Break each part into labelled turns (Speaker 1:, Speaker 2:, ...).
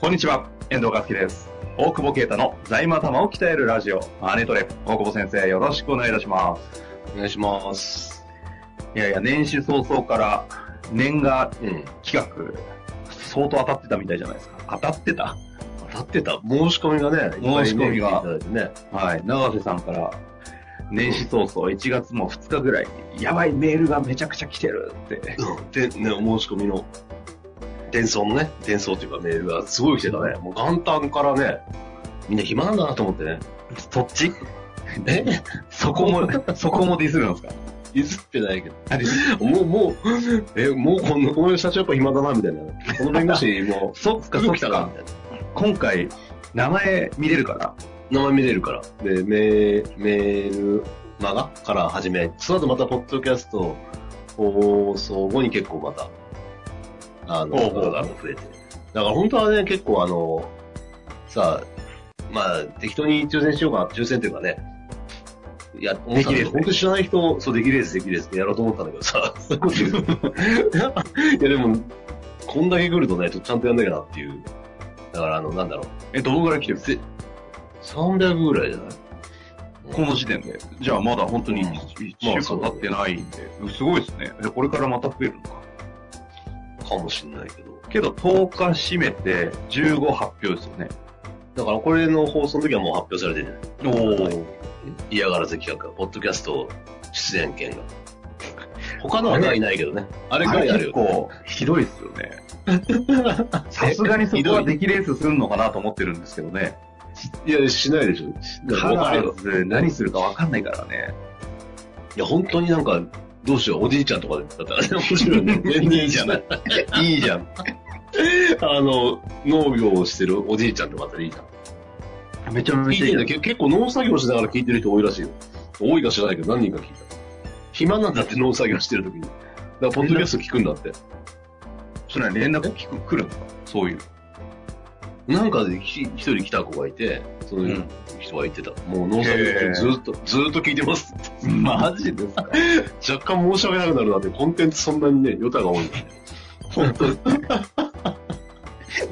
Speaker 1: こんにちは、遠藤和樹です。大久保啓太の財務頭を鍛えるラジオ、マネトレ。大久保先生、よろしくお願いいたします。
Speaker 2: お願いします。
Speaker 1: いやいや、年始早々から年賀
Speaker 2: うん。
Speaker 1: 企画、相当当たってたみたいじゃないですか。当たってた
Speaker 2: 当たってた。申し込みがね、
Speaker 1: 申し込みが
Speaker 2: いっぱいね来ていただいてね。
Speaker 1: はい、永瀬さんから、年始早々1月も2日ぐらいに、やばいメールがめちゃくちゃ来てるって。
Speaker 2: うん。で、ね、申し込みの、伝送のね、伝送というかメールがすごい来てたね。もう元旦からね、みんな暇なんだなと思ってね。
Speaker 1: そっち
Speaker 2: え
Speaker 1: そこ も、そこもディスるんですか、
Speaker 2: ディスってないけど。もう、もう、え、もうこの、この人たちやっぱ暇だな、みたいな。この弁護士 も
Speaker 1: そっか、そっ
Speaker 2: 来来たな、み
Speaker 1: か。
Speaker 2: たいな。
Speaker 1: 今回、名前見れるかな
Speaker 2: 名前見れるから。で、メーメール、マガから始め、その後またポッドキャスト放送後に結構また、あの、
Speaker 1: おうおう
Speaker 2: 方が増えて。だから本当はね、結構あの、さあ、まあ、適当に抽選しようかな、抽選というかね、いや、思ったんだ
Speaker 1: 出来レースね
Speaker 2: けど本当に知らない人、そう、できレース、できレースってやろうと思ったんだけどさ、 そういうこと言ういや、でも、こんだけ来るとね、ちょっとちゃんとやんなきゃなっていう。だから、あの、なんだろう。
Speaker 1: え、どのぐらい来てる
Speaker 2: ぜ300ぐらいじゃない
Speaker 1: この時点で。じゃあまだ本当に
Speaker 2: うん
Speaker 1: 1週間経ってないんで。すごいですね。でこれからまた増えるのか。
Speaker 2: かもしんないけど。
Speaker 1: けど10日締めて15発表ですよね。
Speaker 2: だからこれの放送の時はもう発表されてるじゃない
Speaker 1: おー
Speaker 2: 嫌がらせ企画が、ポッドキャスト出演 権が。他のはないないけどね。あれ
Speaker 1: あ
Speaker 2: ぐらい
Speaker 1: れ
Speaker 2: ある
Speaker 1: 結
Speaker 2: よ。
Speaker 1: 構ひどいですよね。 さすがにそこは
Speaker 2: ひどい
Speaker 1: 出来レースするのかなと思ってるんですけどね。
Speaker 2: いや、しないでしょ。だから
Speaker 1: カ
Speaker 2: わか
Speaker 1: ラ
Speaker 2: るよ。
Speaker 1: ーズ何するかわかんないからね。
Speaker 2: いや、本当になんか、どうしよう、おじいちゃんとかだったらね、 面白いね。全然いいじゃない。
Speaker 1: いいじゃん。
Speaker 2: あの、農業をしてるおじいちゃんとかだったらいいじゃん。
Speaker 1: めちゃめ
Speaker 2: 聞い
Speaker 1: ちゃ
Speaker 2: て
Speaker 1: いい
Speaker 2: んだけど結構農作業しながら聞いてる人多いらしいよ。多いか知らないけど、何人か聞いた。暇なんだって農作業してる時に。だから、ポッドキャスト聞くんだって。
Speaker 1: それ連絡聞く来るんですかそういう。
Speaker 2: なんかでひ一人来た子がいて、その
Speaker 1: うん
Speaker 2: 人が言ってた。もう農作業
Speaker 1: へー
Speaker 2: 中ずーっと、ずーっと聞いてます。
Speaker 1: マジですか
Speaker 2: 若干申し訳なくなるなって、コンテンツそんなにね、ヨタが多いんだよね。
Speaker 1: 本当に。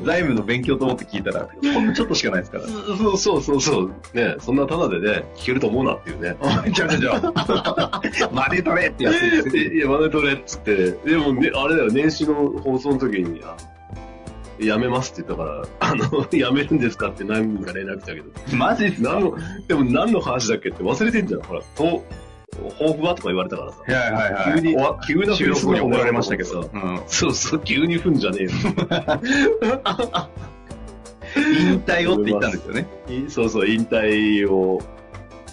Speaker 1: 財務の勉強と思って聞いたら、ほんのちょっとしかないですから。
Speaker 2: そうそうそうそう。ね、そんなタダでね、聞けると思うなっていうね。
Speaker 1: ちゃちゃち ゃ。マネトレってやつですね。
Speaker 2: いや、マネトレっつって、でもね、あれだよ、年始の放送の時に、あやめますって言ったから、あの、 やめるんですかって何人か連絡来たけど、
Speaker 1: マジっす
Speaker 2: 何の、でも何の話だっけって忘れてんじゃん、ほら、と、抱負はとか言われたからさ。
Speaker 1: はいはい
Speaker 2: 急に、急な
Speaker 1: 収録後に怒られましたけ
Speaker 2: さ
Speaker 1: ど。うん
Speaker 2: そうそう、急に踏んじゃねえよ。
Speaker 1: 引退をって言ったんですよね。
Speaker 2: いそうそう、引退を、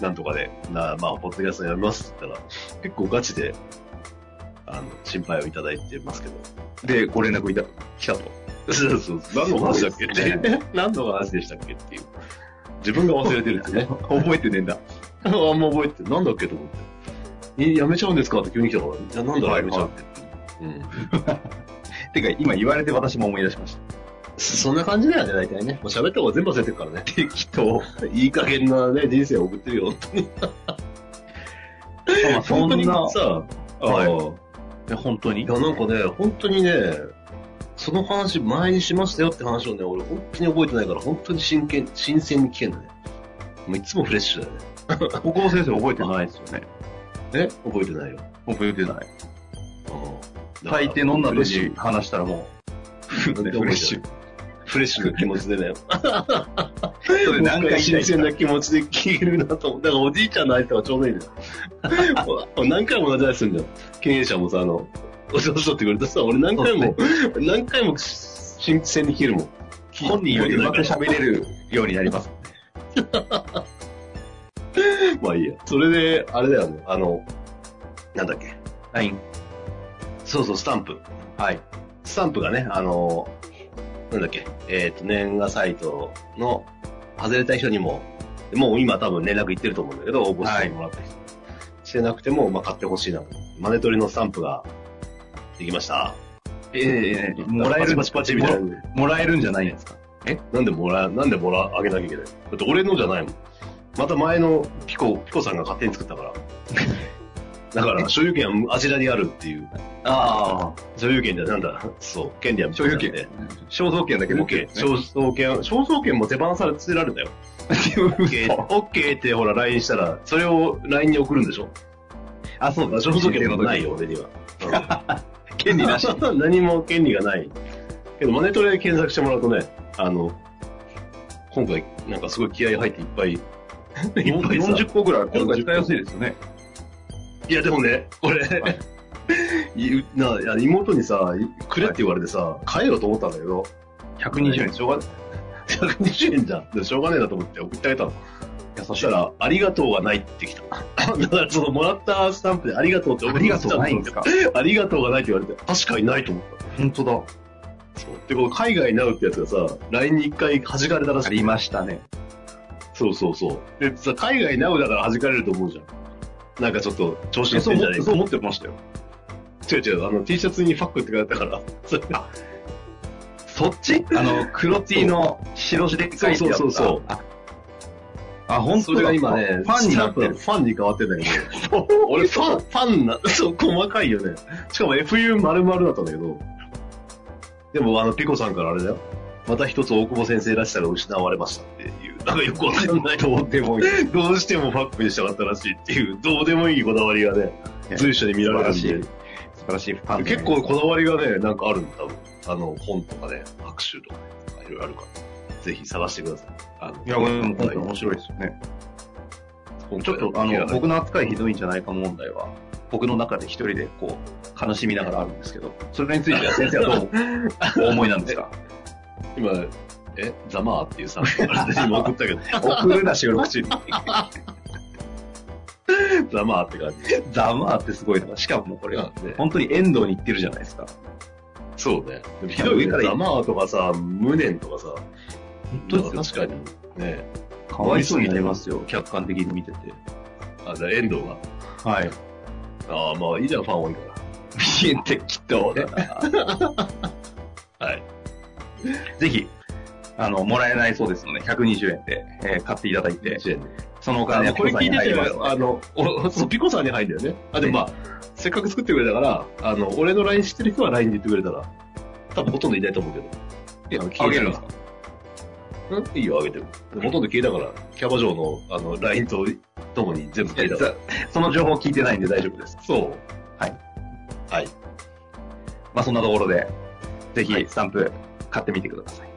Speaker 2: なんとかで、なまあ、ポッドキャストやめますって言ったら、結構ガチで、あの、心配をいただいてますけど。
Speaker 1: で、ご連絡いた、来たと。
Speaker 2: そうそう、何の話だっけっ
Speaker 1: そう
Speaker 2: て、 何の話でしたっけっていう。自分が忘れてるってね。
Speaker 1: 覚えてねえんだ。
Speaker 2: あんま覚えてる、なんだっけと思って。えやめちゃうんですかって急に来たから、じゃあなんだろう、
Speaker 1: はい
Speaker 2: やめちゃうって。うん。
Speaker 1: てか、今言われて私も思い出しまし
Speaker 2: そんな感じだよね、大体ね。もう喋った方が全部忘れてるから ね。適当。いい加減なね、人生を送ってるよ。
Speaker 1: た。まあ、そ
Speaker 2: 本当
Speaker 1: ん
Speaker 2: に
Speaker 1: な、
Speaker 2: さ、
Speaker 1: はい
Speaker 2: い
Speaker 1: え本当に
Speaker 2: や、なんかね、本当にね、その話、前にしましたよって話をね、俺、本当に覚えてないから、本当に真剣、新鮮に聞けんだね。もういつもフレッシュだよね。
Speaker 1: 高校先生覚えてないですよね。
Speaker 2: え覚えてないよ。
Speaker 1: 覚えてない。
Speaker 2: うん
Speaker 1: 大抵飲んだ
Speaker 2: フレッシ
Speaker 1: 時
Speaker 2: ュ
Speaker 1: 話したらもう、
Speaker 2: なん
Speaker 1: ね
Speaker 2: で
Speaker 1: フ
Speaker 2: 覚えてない
Speaker 1: レッシュ。
Speaker 2: フレッシュな気持ちでね、
Speaker 1: それ何回言
Speaker 2: 新
Speaker 1: いたい
Speaker 2: 鮮
Speaker 1: んだ
Speaker 2: な気持ちで聞けるなと思う。だからおじいちゃんの相手はちょうどいいのよ。何回も同じ話するんだよ。経営者もさ、あの、お仕事取ってくれたさ、俺何回も、何回も新鮮に聞けるもん。
Speaker 1: 本人よりまた喋れるようになります。
Speaker 2: まあいいや。それで、あれだよね。あの、なんだっけ。
Speaker 1: ライン。
Speaker 2: そうそう、スタンプ。
Speaker 1: はい。
Speaker 2: スタンプがね、あのーなんだっけ、えっ、と、年賀サイトの外れた人にも、もう今多分連絡いってると思うんだけど、応募してもらった人。してなくても、まあ、買ってほしいな。マネトリのスタンプができました。
Speaker 1: ええもらえる
Speaker 2: パチパチパチみたいな。
Speaker 1: もらえるんじゃないんですか
Speaker 2: なんでもら、なんでもら、あげなきゃいけない。だって俺のじゃないもん。また前のピコ、ピコさんが勝手に作っ たから。だから、所有権はあちらにあるっていう。
Speaker 1: ああ、
Speaker 2: 所有権じゃなんだ、そう、権利は
Speaker 1: 所有権。肖像権だけ持ってるん
Speaker 2: OK
Speaker 1: で。すね
Speaker 2: 肖像権、肖像権も手放され、捨てられたよ。OK
Speaker 1: 嘘
Speaker 2: OK ってほら LINE したら、それを LIN に送るんでしょ
Speaker 1: あ、そうだ、
Speaker 2: 肖像権もないよ、俺には。
Speaker 1: 権利なし。。
Speaker 2: 何も権利がない。けど、マネトレで検索してもらうとね、あの、今回、なんかすごい気合入っていっ ぱい、いっぱいさ。
Speaker 1: 40個ぐらい、今回使いやすいですよね。
Speaker 2: いや、でもね、これ、
Speaker 1: はい
Speaker 2: いな、いや妹にさ、いくれって言われてさ、買えよと思ったんだけど、
Speaker 1: 120円。
Speaker 2: しょうが、120円じゃん。でしょうがねえなと思って送ってあげたの。そしたら、ありがとうがないってきた。 だから、そのもらったスタンプでありがとうって送
Speaker 1: あ
Speaker 2: って
Speaker 1: り
Speaker 2: き
Speaker 1: が
Speaker 2: た
Speaker 1: と
Speaker 2: んだけど
Speaker 1: うないんですか
Speaker 2: ありがとうがないって言われて、確かにないと思っ
Speaker 1: 本当だ。
Speaker 2: た。そうで、この海外なうってやつがさ、LINE に一回弾かれたらし
Speaker 1: あ
Speaker 2: い。
Speaker 1: りましたね。
Speaker 2: そうそうそう。で、さ、海外なうだから弾かれると思うじゃん。なんかちょっと、調子乗ってんじゃないか。
Speaker 1: 思ってましたよ。
Speaker 2: 違う違う、あの、T シャツにファックって書いてあったから、 それ
Speaker 1: そっちあの、黒 T の白字で書いてあった。
Speaker 2: そうそうそうそう
Speaker 1: あ。あ、本
Speaker 2: そ
Speaker 1: 当だ
Speaker 2: れが今ね、
Speaker 1: ファンになってる。
Speaker 2: ファンに変わってんだけ ど、俺ファン、ファンな、そう、細かいよね。しかも FU 丸々だったんだけど、でもあの、ピコさんからあれだよ。また一つ大久保先生らしさが失われましたっていう、なんかよくわかんない。どうで もいい。どうしてもファックにしたかったらしいっていう、どうでもいいこだわりがね、随所に見られるん
Speaker 1: 素晴ら
Speaker 2: で
Speaker 1: し。素晴らしいファン。
Speaker 2: 結構、こだわりがね、なんかあるんだ、多分。あの、本とかね、拍手とかね、いろいろあるから。ぜひ探してください。あの
Speaker 1: いや、これも今回面白いですよね。ちょっと、あの、僕の扱いひどいんじゃないか問題は、僕の中で一人でこう、悲しみながらあるんですけど、それについては先生はどうお思いなんですか
Speaker 2: 今、え、ザマーって いうさ、今送ったけど、
Speaker 1: 送るな、収録中に。
Speaker 2: ザマーって感じ。
Speaker 1: ざまあってすごいな。しかもこれは、
Speaker 2: ね
Speaker 1: 本当に遠藤に行ってるじゃないですか。
Speaker 2: そうね。でもひ
Speaker 1: ひ
Speaker 2: ど
Speaker 1: ど
Speaker 2: い
Speaker 1: いね
Speaker 2: 上からザマーとかさ、無念とかさ、
Speaker 1: 本
Speaker 2: 確かに。ね。
Speaker 1: かわいそうになりますよ、客観的に見てて。
Speaker 2: あ、じゃあ遠藤が。
Speaker 1: はい。
Speaker 2: ああ、まあいいじゃん、ファン多いから。
Speaker 1: ピエンテキ ット
Speaker 2: はい。
Speaker 1: ぜひ、あの、もらえないそうですので、120円で、えー買っていただいて、
Speaker 2: 1円で。
Speaker 1: そのお
Speaker 2: あ
Speaker 1: 金
Speaker 2: の
Speaker 1: は
Speaker 2: これ聞いて
Speaker 1: 口座
Speaker 2: て
Speaker 1: に入ります
Speaker 2: よ、あの、おそうピコさんに入るんだよね。あ、でもまあ、せっかく作ってくれたから、あの、俺の LINE 知ってる人は LINE で言ってくれたら、多分ほとんどいないと思うけど。
Speaker 1: え
Speaker 2: あの
Speaker 1: あげるんですか
Speaker 2: んいいよ、あげても。でもほとんど消えたから、キャバ嬢の、あの、LINE と、ともに全部消えたから。
Speaker 1: その情報聞いてないんで大丈夫です。
Speaker 2: そう。
Speaker 1: まあ、そんなところで、ぜ
Speaker 2: は
Speaker 1: ひ、
Speaker 2: い
Speaker 1: スタンプ買ってみてください。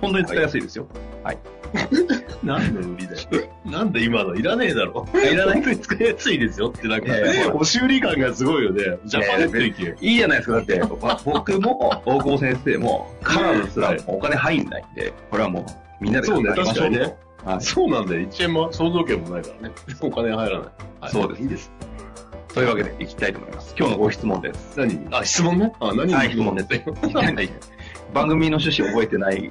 Speaker 1: 本当に使いやすいですよ。
Speaker 2: なんで売りだよ。なんで今のいらねえだろ。
Speaker 1: いらない
Speaker 2: 本当に使いやすいですよってなん
Speaker 1: いやいや
Speaker 2: か、お修理感がすごいよね。ジャパネット行きよ。
Speaker 1: いいじゃないですか。だって、ま僕も、大久保先生も、カラーのすらお金入んないんで、これはもう、みんなで
Speaker 2: そうね、
Speaker 1: 考えま
Speaker 2: 確
Speaker 1: し
Speaker 2: か
Speaker 1: ょ
Speaker 2: に ね。
Speaker 1: はい
Speaker 2: そうなんだよ。1円も想像権もないからね。お金入らない。はい
Speaker 1: そうです。
Speaker 2: いいです。
Speaker 1: というわけで、いきたいと思います。今日のご質問です。
Speaker 2: 何あ、質問ね。あ、何に
Speaker 1: はい質問です。番組の趣旨覚えてない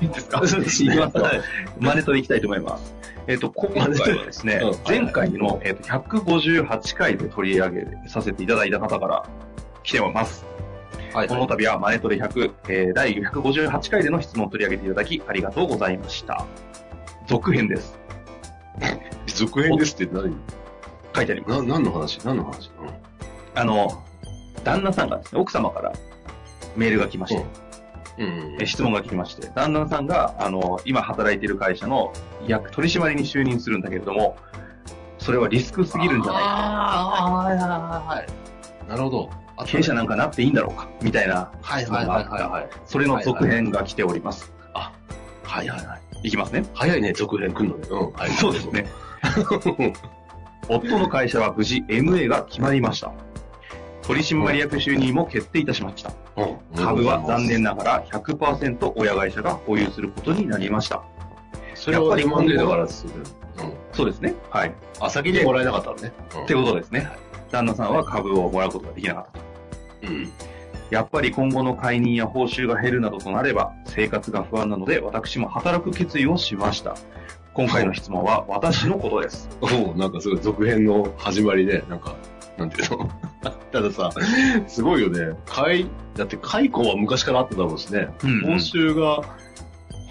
Speaker 1: です か
Speaker 2: そうです
Speaker 1: い
Speaker 2: ね
Speaker 1: きますよ
Speaker 2: はい
Speaker 1: マネトでいきたいと思います。えっ、と、今回はですね
Speaker 2: マネ、トレ
Speaker 1: 前回の、えっと158回で取り上げさせていただいた方から来てます。
Speaker 2: はい
Speaker 1: この度はマネトレ100、えー第158回での質問を取り上げていただきありがとうございました。続編です。
Speaker 2: 続編ですって何
Speaker 1: 書いてあります。
Speaker 2: な何の話何の話
Speaker 1: あの、旦那さんがですね、奥様からメールが来まして、
Speaker 2: うん。うん
Speaker 1: え質問が来まして、旦那さんが、あの、今働いている会社の役取締りに就任するんだけれども、それはリスクすぎるんじゃないか。
Speaker 2: あーはいはいはいはい。なるほど。あ
Speaker 1: 経営者なんかなっていいんだろうかみたいな、
Speaker 2: はいはいはいはいはい。
Speaker 1: それの続編が来ております。
Speaker 2: はいはいはい。
Speaker 1: いきますね。
Speaker 2: 早いね、続編来んのね。うん。はい
Speaker 1: そうです。ね。 夫の会社は無事 MA が決まりました。取締役就任も決定いたしました。
Speaker 2: うん
Speaker 1: 株は残念ながら100%親会社が保有することになりました。
Speaker 2: それはリマンデーだからする。うん。
Speaker 1: そうですね。はい。
Speaker 2: あ、先にもらえなかったのね。
Speaker 1: ってことですね。旦那さんは株をもらうことができなかったと。
Speaker 2: うん。
Speaker 1: やっぱり今後の解任や報酬が減るなどとなれば生活が不安なので私も働く決意をしました。今回の質問は私のことです。
Speaker 2: おうなんかすごい続編の始まりで、なんか、なんていうの たださ、すごいよね。解、だって解雇は昔からあっただろうしね。
Speaker 1: うん
Speaker 2: 報酬が、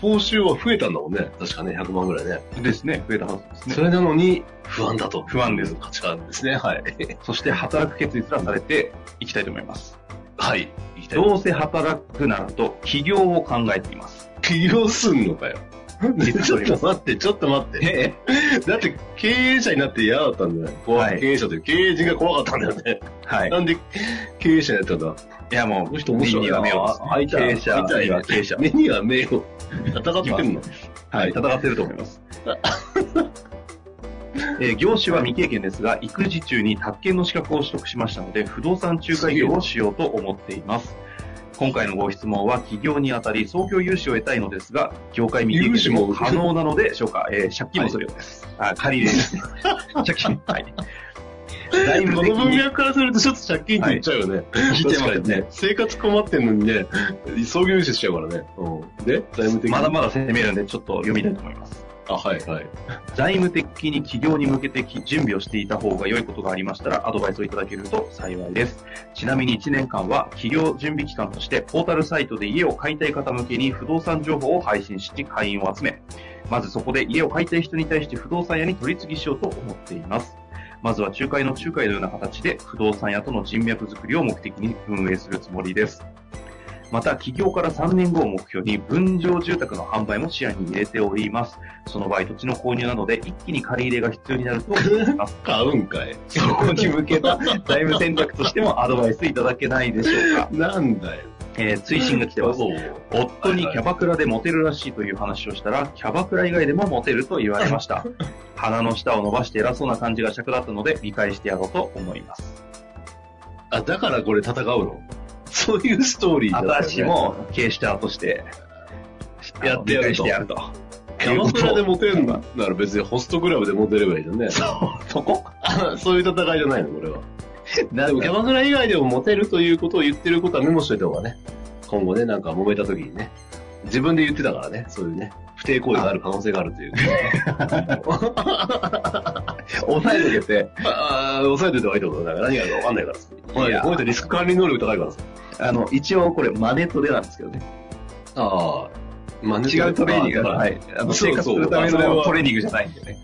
Speaker 2: 報酬は増えたんだもんね。確かね、100万ぐらいね。
Speaker 1: ですね。増えたはずですね
Speaker 2: そ。れなのに、不安だと。
Speaker 1: 不安です
Speaker 2: 価値観ですね。はい。
Speaker 1: そして働く決意すらされていきたいと思います。
Speaker 2: はい。行きたい
Speaker 1: どうせ働くならと起業を考えています。
Speaker 2: 起業すんのかよ。 ちょっと待って、ちょっと待って。
Speaker 1: え
Speaker 2: だって、経営者になって嫌だったんだよ。怖い、
Speaker 1: はい
Speaker 2: 経営者という経営人が怖かったんだよね。
Speaker 1: はい。
Speaker 2: なんで、経営者になったんだ
Speaker 1: いやも
Speaker 2: この
Speaker 1: う、
Speaker 2: 人面白
Speaker 1: 目に
Speaker 2: いな。
Speaker 1: は目を
Speaker 2: あい
Speaker 1: 経
Speaker 2: た
Speaker 1: 営者
Speaker 2: あいた
Speaker 1: には経営者。
Speaker 2: 目には目を。戦って んの
Speaker 1: はい、戦ってると思います。えー業種は未経験ですが、育児中に宅建の資格を取得しましたので、不動産仲介業をしようと思っています。今回のご質問は、企業にあたり、創業融資を得たいのですが、業界未経験でも可能なのでしょうか、えー借金もするようです。あ、借 りです。借金。はい。財
Speaker 2: こ
Speaker 1: 務的
Speaker 2: の文
Speaker 1: に
Speaker 2: 脈からするとちょっと借金って言っちゃうよね。
Speaker 1: 聞いてま
Speaker 2: 確
Speaker 1: す
Speaker 2: かに
Speaker 1: ね。
Speaker 2: 生活困ってんのにね、創業融資しちゃうからね。うん、で、財務的に。
Speaker 1: まだまだ攻めるんで、ちょっと読みたいと思います。
Speaker 2: あ、はい、はい。
Speaker 1: 財務的に企業に向けてき準備をしていた方が良いことがありましたらアドバイスをいただけると幸いです。ちなみに1年間は企業準備期間としてポータルサイトで家を買いたい方向けに不動産情報を配信し会員を集め、まずそこで家を買いたい人に対して不動産屋に取り次ぎしようと思っています。まずは仲介の仲介のような形で不動産屋との人脈づくりを目的に運営するつもりです。また、起業から3年後を目標に分譲住宅の販売も視野に入れております。その場合、土地の購入などで一気に借り入れが必要になる と思います。
Speaker 2: 買うんかい。
Speaker 1: そこに向けた財務戦略としてもアドバイスいただけないでしょうか。
Speaker 2: なんだよ。
Speaker 1: えー、追伸が来てます。
Speaker 2: そう
Speaker 1: 夫にキャバクラでモテるらしいという話をしたら、キャバクラ以外でもモテると言われま した。鼻の下を伸ばして偉そうな感じが尺だったので、見返してやろうと思います。
Speaker 2: あ、だからこれ戦うのそういうストーリーだったよね
Speaker 1: 私。も、経営者として、
Speaker 2: やってやると
Speaker 1: 見返してやると。
Speaker 2: キャバクラでモテるんだ。なら別にホストクラブでモテればいいじゃんね。
Speaker 1: そこ
Speaker 2: あ そういう戦いじゃないの、これは。
Speaker 1: な
Speaker 2: でもキャバクラ以外でもモテるということを言ってることはメモしといた方がね、今後ね、なんか揉めた時にね、自分で言ってたからね、そういうね、不定行為がある可能性があるという。
Speaker 1: 抑えとけて、
Speaker 2: ああ、抑えておいた方がいいってことだから、何があるか分かんないからさ。
Speaker 1: いや
Speaker 2: こうやってリスク管理能力高いからさ。
Speaker 1: あの、一応これ、マネトレなんですけどね。
Speaker 2: ああ、まあ
Speaker 1: 違うトレーニングが、
Speaker 2: は。
Speaker 1: はいい。あの、
Speaker 2: そう
Speaker 1: 生活す
Speaker 2: そう
Speaker 1: るための
Speaker 2: そ
Speaker 1: ト
Speaker 2: れ
Speaker 1: レ
Speaker 2: は
Speaker 1: ーニングじゃないんでね。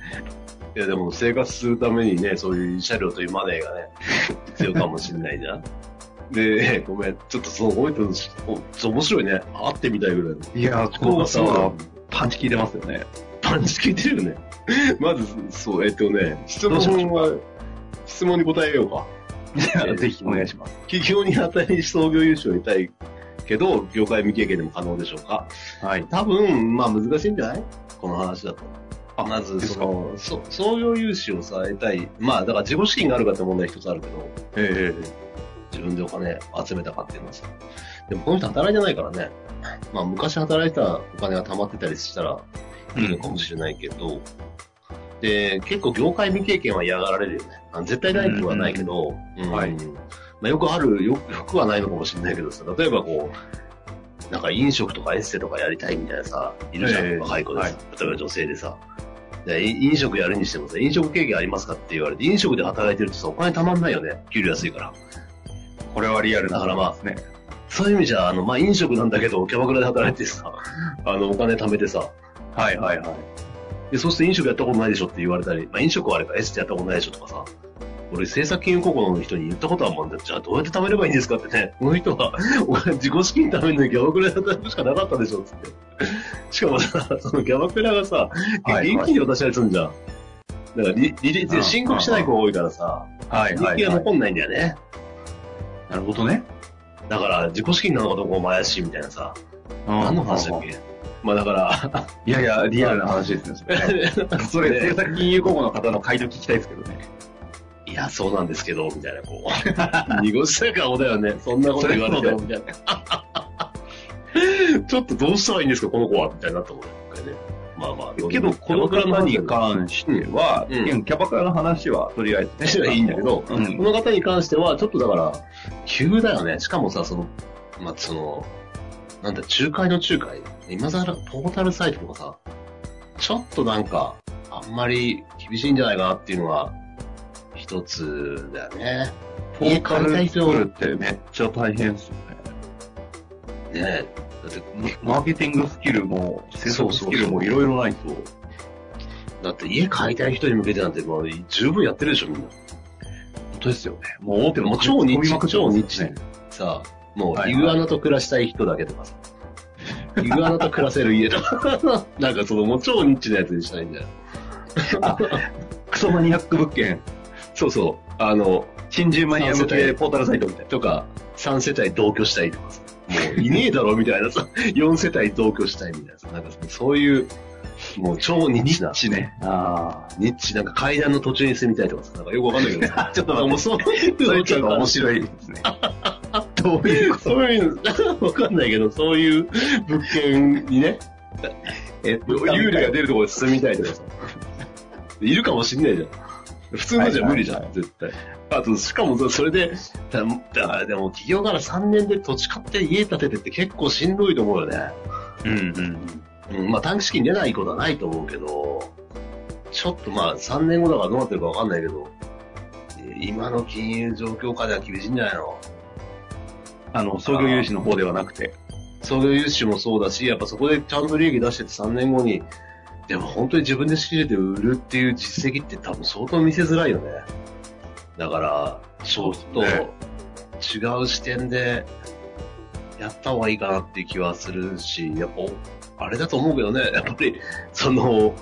Speaker 2: いや、でも生活するためにね、そういう車両というマネーがね、 必要かもしれないじゃん。で、ごめん、ちょっとその、覚えてるし、おちょっと面白いね。会ってみたいぐらいの。
Speaker 1: いやー、こうさ、パンチ効いてますよね。
Speaker 2: パンチ効いてるよね。 まず、そう、えっとね、質問
Speaker 1: どうしまし
Speaker 2: は、質問に答えよう か。
Speaker 1: ぜひお願いします。
Speaker 2: 企業に当たり創業優勝を得たいけど、業界未経験でも可能でしょうか
Speaker 1: はい。
Speaker 2: 多分、まあ難しいんじゃないこの話だと。まず、
Speaker 1: です
Speaker 2: そ
Speaker 1: か
Speaker 2: の、そ創業融資をされたい。まあ、だから自己資金があるかって問題一つあるけど、
Speaker 1: え
Speaker 2: 自分でお金集めたかっていうのはさ。でもこの人働いてないからね。まあ、昔働いたお金が溜まってたりしたら、
Speaker 1: え
Speaker 2: いいのかもしれないけど、で、結構業界未経験は嫌がられるよね。あ絶対ないとはないけど、うん
Speaker 1: はい
Speaker 2: まあ、よくある、よよくはないのかもしれないけどさ、例えばこう、なんか飲食とかエッセとかやりたいみたいなさ、いるじゃん、
Speaker 1: ええ
Speaker 2: 若い子でさ、
Speaker 1: はい
Speaker 2: 例えば女性でさ。でい飲食やるにしてもさ、飲食経験ありますかって言われて、飲食で働いてるとさ、お金貯まんないよね。給料安いから。
Speaker 1: これはリアルな話ですね。
Speaker 2: そういう意味じゃ、あの、まあ、飲食なんだけど、キャバクラで働いてさ、あの、お金貯めてさ、
Speaker 1: はいはいはい。
Speaker 2: で、そうすると飲食やったことないでしょって言われたり、まあ、飲食はあれか、エステやったことないでしょとかさ、俺、制作金融高校の人に言ったことはもうんだじゃあどうやって貯めればいいんですかってね、この人は、 お金自己資金貯めるのにギャバクラで働くしかなかったでしょっつって。しかもさ、 そのギャバクラがさ、
Speaker 1: はい
Speaker 2: 現金で渡したりするんじゃん。だからり、履
Speaker 1: う
Speaker 2: 歴、
Speaker 1: ん
Speaker 2: 申告してない子が多いからさ、
Speaker 1: はい
Speaker 2: 履
Speaker 1: は
Speaker 2: 歴
Speaker 1: い
Speaker 2: が
Speaker 1: はい。
Speaker 2: 残んないんだよね。
Speaker 1: なるほどね。
Speaker 2: だから、自己資金なのかどうかも怪しいみたいなさ、何
Speaker 1: 何
Speaker 2: の話だっけまあだから、
Speaker 1: いやいや、リアルな話ですね、それね。 それ、政策金融高校の方の回答聞きたいですけどね。
Speaker 2: いや、そうなんですけど、みたいな、こう。 濁した顔だよね。そんなこと言われても、みたいな。ちょっとどうしたらいいんですか、この子は、みたいになったもんね。一回ねまあまあ。
Speaker 1: けど、この方に関しては、
Speaker 2: うん
Speaker 1: いやキャバクラの話はとりあえず
Speaker 2: してはいいんだけど、
Speaker 1: う
Speaker 2: こ
Speaker 1: ん
Speaker 2: の方に関しては、ちょっとだから、急だよね。しかもさ、その、まあ、その、なんだ、仲介の仲介。今さら、ポータルサイトとかさ、ちょっとなんか、あんまり厳しいんじゃないかなっていうのは、一つだよね。
Speaker 1: ポーカル作
Speaker 2: ね
Speaker 1: るってめっちゃ大変ですよね。
Speaker 2: え。だって、
Speaker 1: マーケティングスキルも、制作スキルもいろいろないと。
Speaker 2: だって家買いたい人に向けてなんて、まあ、十分やってるでしょ、みんな。
Speaker 1: 本当ですよね。もう大手
Speaker 2: も
Speaker 1: の
Speaker 2: う超ニッチ、超ニッチ
Speaker 1: ね。。
Speaker 2: さあ、も
Speaker 1: は
Speaker 2: う、
Speaker 1: い
Speaker 2: イ
Speaker 1: はい
Speaker 2: グアナと暮らしたい人だけとかさ。イグアナと暮らせる家とか。 なんかその、もう超ニッチなやつにしたいんだよ。
Speaker 1: クソマニアック物件、
Speaker 2: そうそう。あの、
Speaker 1: 新人マニア向
Speaker 2: 三世
Speaker 1: け
Speaker 2: 帯
Speaker 1: ポータルサイトみたい
Speaker 2: とか、3世帯同居したいとかさ。もう、いねえだろみたいなさ。4世 帯同居したいみたいなさ。なんかそういう、もう超ニッチな
Speaker 1: な。。しね。ああ。
Speaker 2: ニッチ、なんか階段の途中に住みたいとかさ。なんかよくわかんないけどさ。
Speaker 1: ちょっと
Speaker 2: もう
Speaker 1: 待
Speaker 2: そう
Speaker 1: って、そ
Speaker 2: いう
Speaker 1: れ
Speaker 2: の
Speaker 1: ちょっと面白いですね。どういうこと
Speaker 2: そういうの、わかんないけど、そういう物件にね、
Speaker 1: え、
Speaker 2: 幽霊が出るところに進みたいとかさ。いるかもしんないじゃん。普通のじゃ無理じゃん、
Speaker 1: はいは
Speaker 2: 絶対。あと、しかもさそれで、だだからでも企業から3年で土地買って家建ててって結構しんどいと思うよね。
Speaker 1: うんうん。
Speaker 2: うん、まあ短期資金出ないことはないと思うけど、ちょっとまあ3年後だからどうなってるかわかんないけど、え今の金融状況下では厳しいんじゃないの
Speaker 1: あの、創業融資の方ではなくて。
Speaker 2: 創業融資もそうだし、やっぱそこでちゃんと利益出してて3年後に、でも本当に自分で仕入れて売るっていう実績って多分相当見せづらいよね。だから、ちょっと
Speaker 1: そうで
Speaker 2: 違う視点でやった方がいいかなっていう気はするし、やっぱ、あれだと思うけどね、やっぱり、その、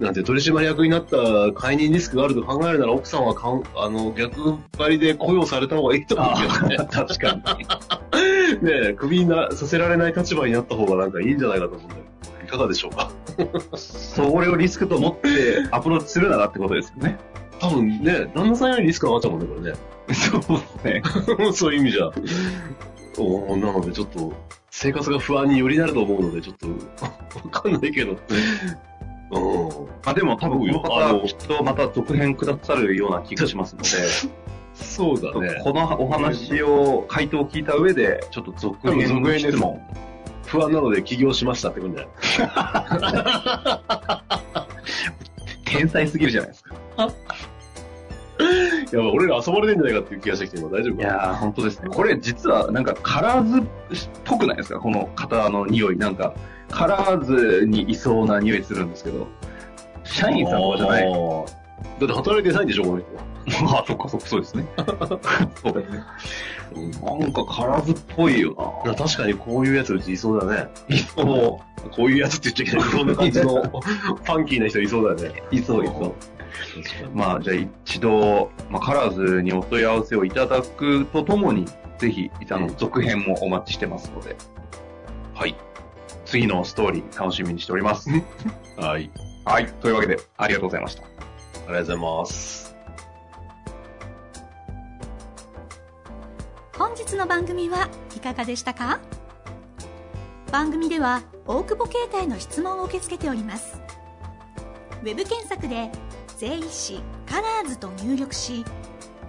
Speaker 2: なんて取締役になった解任リスクがあると考えるなら奥さんはかんあの逆張りで雇用された方がいいと思うけどね。
Speaker 1: 確かに。
Speaker 2: ねえ、クビになさせられない立場になった方がなんかいいんじゃないかと思うんだけど、いかがでしょうか
Speaker 1: それをリスクと思ってアプローチするならってことですよね。
Speaker 2: 多分ね、旦那さんよりリスクが上がっちゃうもんね、
Speaker 1: そうですね。
Speaker 2: これね。 そういう意味じゃ。おーなのでちょっと、生活が不安によりなると思うので、ちょっと、 わかんないけど。うん。
Speaker 1: まあでも多分この方
Speaker 2: あ
Speaker 1: は
Speaker 2: の
Speaker 1: きっとまた続編くださるような気がしますので、
Speaker 2: そうだね。
Speaker 1: このお話を、回答を聞いた上で、ちょっと続
Speaker 2: 多
Speaker 1: 編
Speaker 2: 分続編です
Speaker 1: 質問。
Speaker 2: 不安なので起業しましたってことじゃない
Speaker 1: 天才すぎるじゃないですか。
Speaker 2: やばい、俺ら遊ばれてんじゃないかっていう気がしてきて、今大丈夫
Speaker 1: い
Speaker 2: かな
Speaker 1: やー、本当ですね。これ実はなんかカラーズっぽくないですかこの方の匂い。なんか、カラーズにいそうな匂いするんですけど。社員さんとかじゃない。
Speaker 2: あーだって働いてないんでしょ、この人。
Speaker 1: ま あ、そっかそっか、そうですね。そうですね。なんかカラーズっぽいよ
Speaker 2: な確かにこういうやつうちいそうだね。
Speaker 1: な。いそう。
Speaker 2: こういうやつって言っちゃいけない。こんな感じの、ファンキーな人いそうだよね。
Speaker 1: いそういそう。まあ、じゃあ一度、まあ、カラーズにお問い合わせをいただくとともに、ぜひ、あの、続編もお待ちしてますので、
Speaker 2: はい。
Speaker 1: 次のストーリー楽しみにしております。
Speaker 2: はい。
Speaker 1: はい。というわけで、ありがとうございました。
Speaker 2: ありがとうございます。
Speaker 3: 本日の番組はいかがでしたか番組では大久保携帯の質問を受け付けておりますウェブ検索で「税理士カラーズと入力し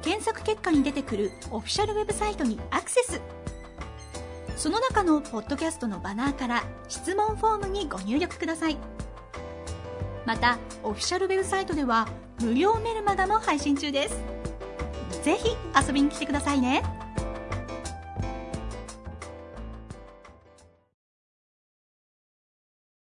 Speaker 3: 検索結果に出てくるオフィシャルウェブサイトにアクセスその中のポッドキャストのバナーから質問フォームにご入力くださいまたオフィシャルウェブサイトでは無料メルマガも配信中ですぜひ遊びに来てくださいね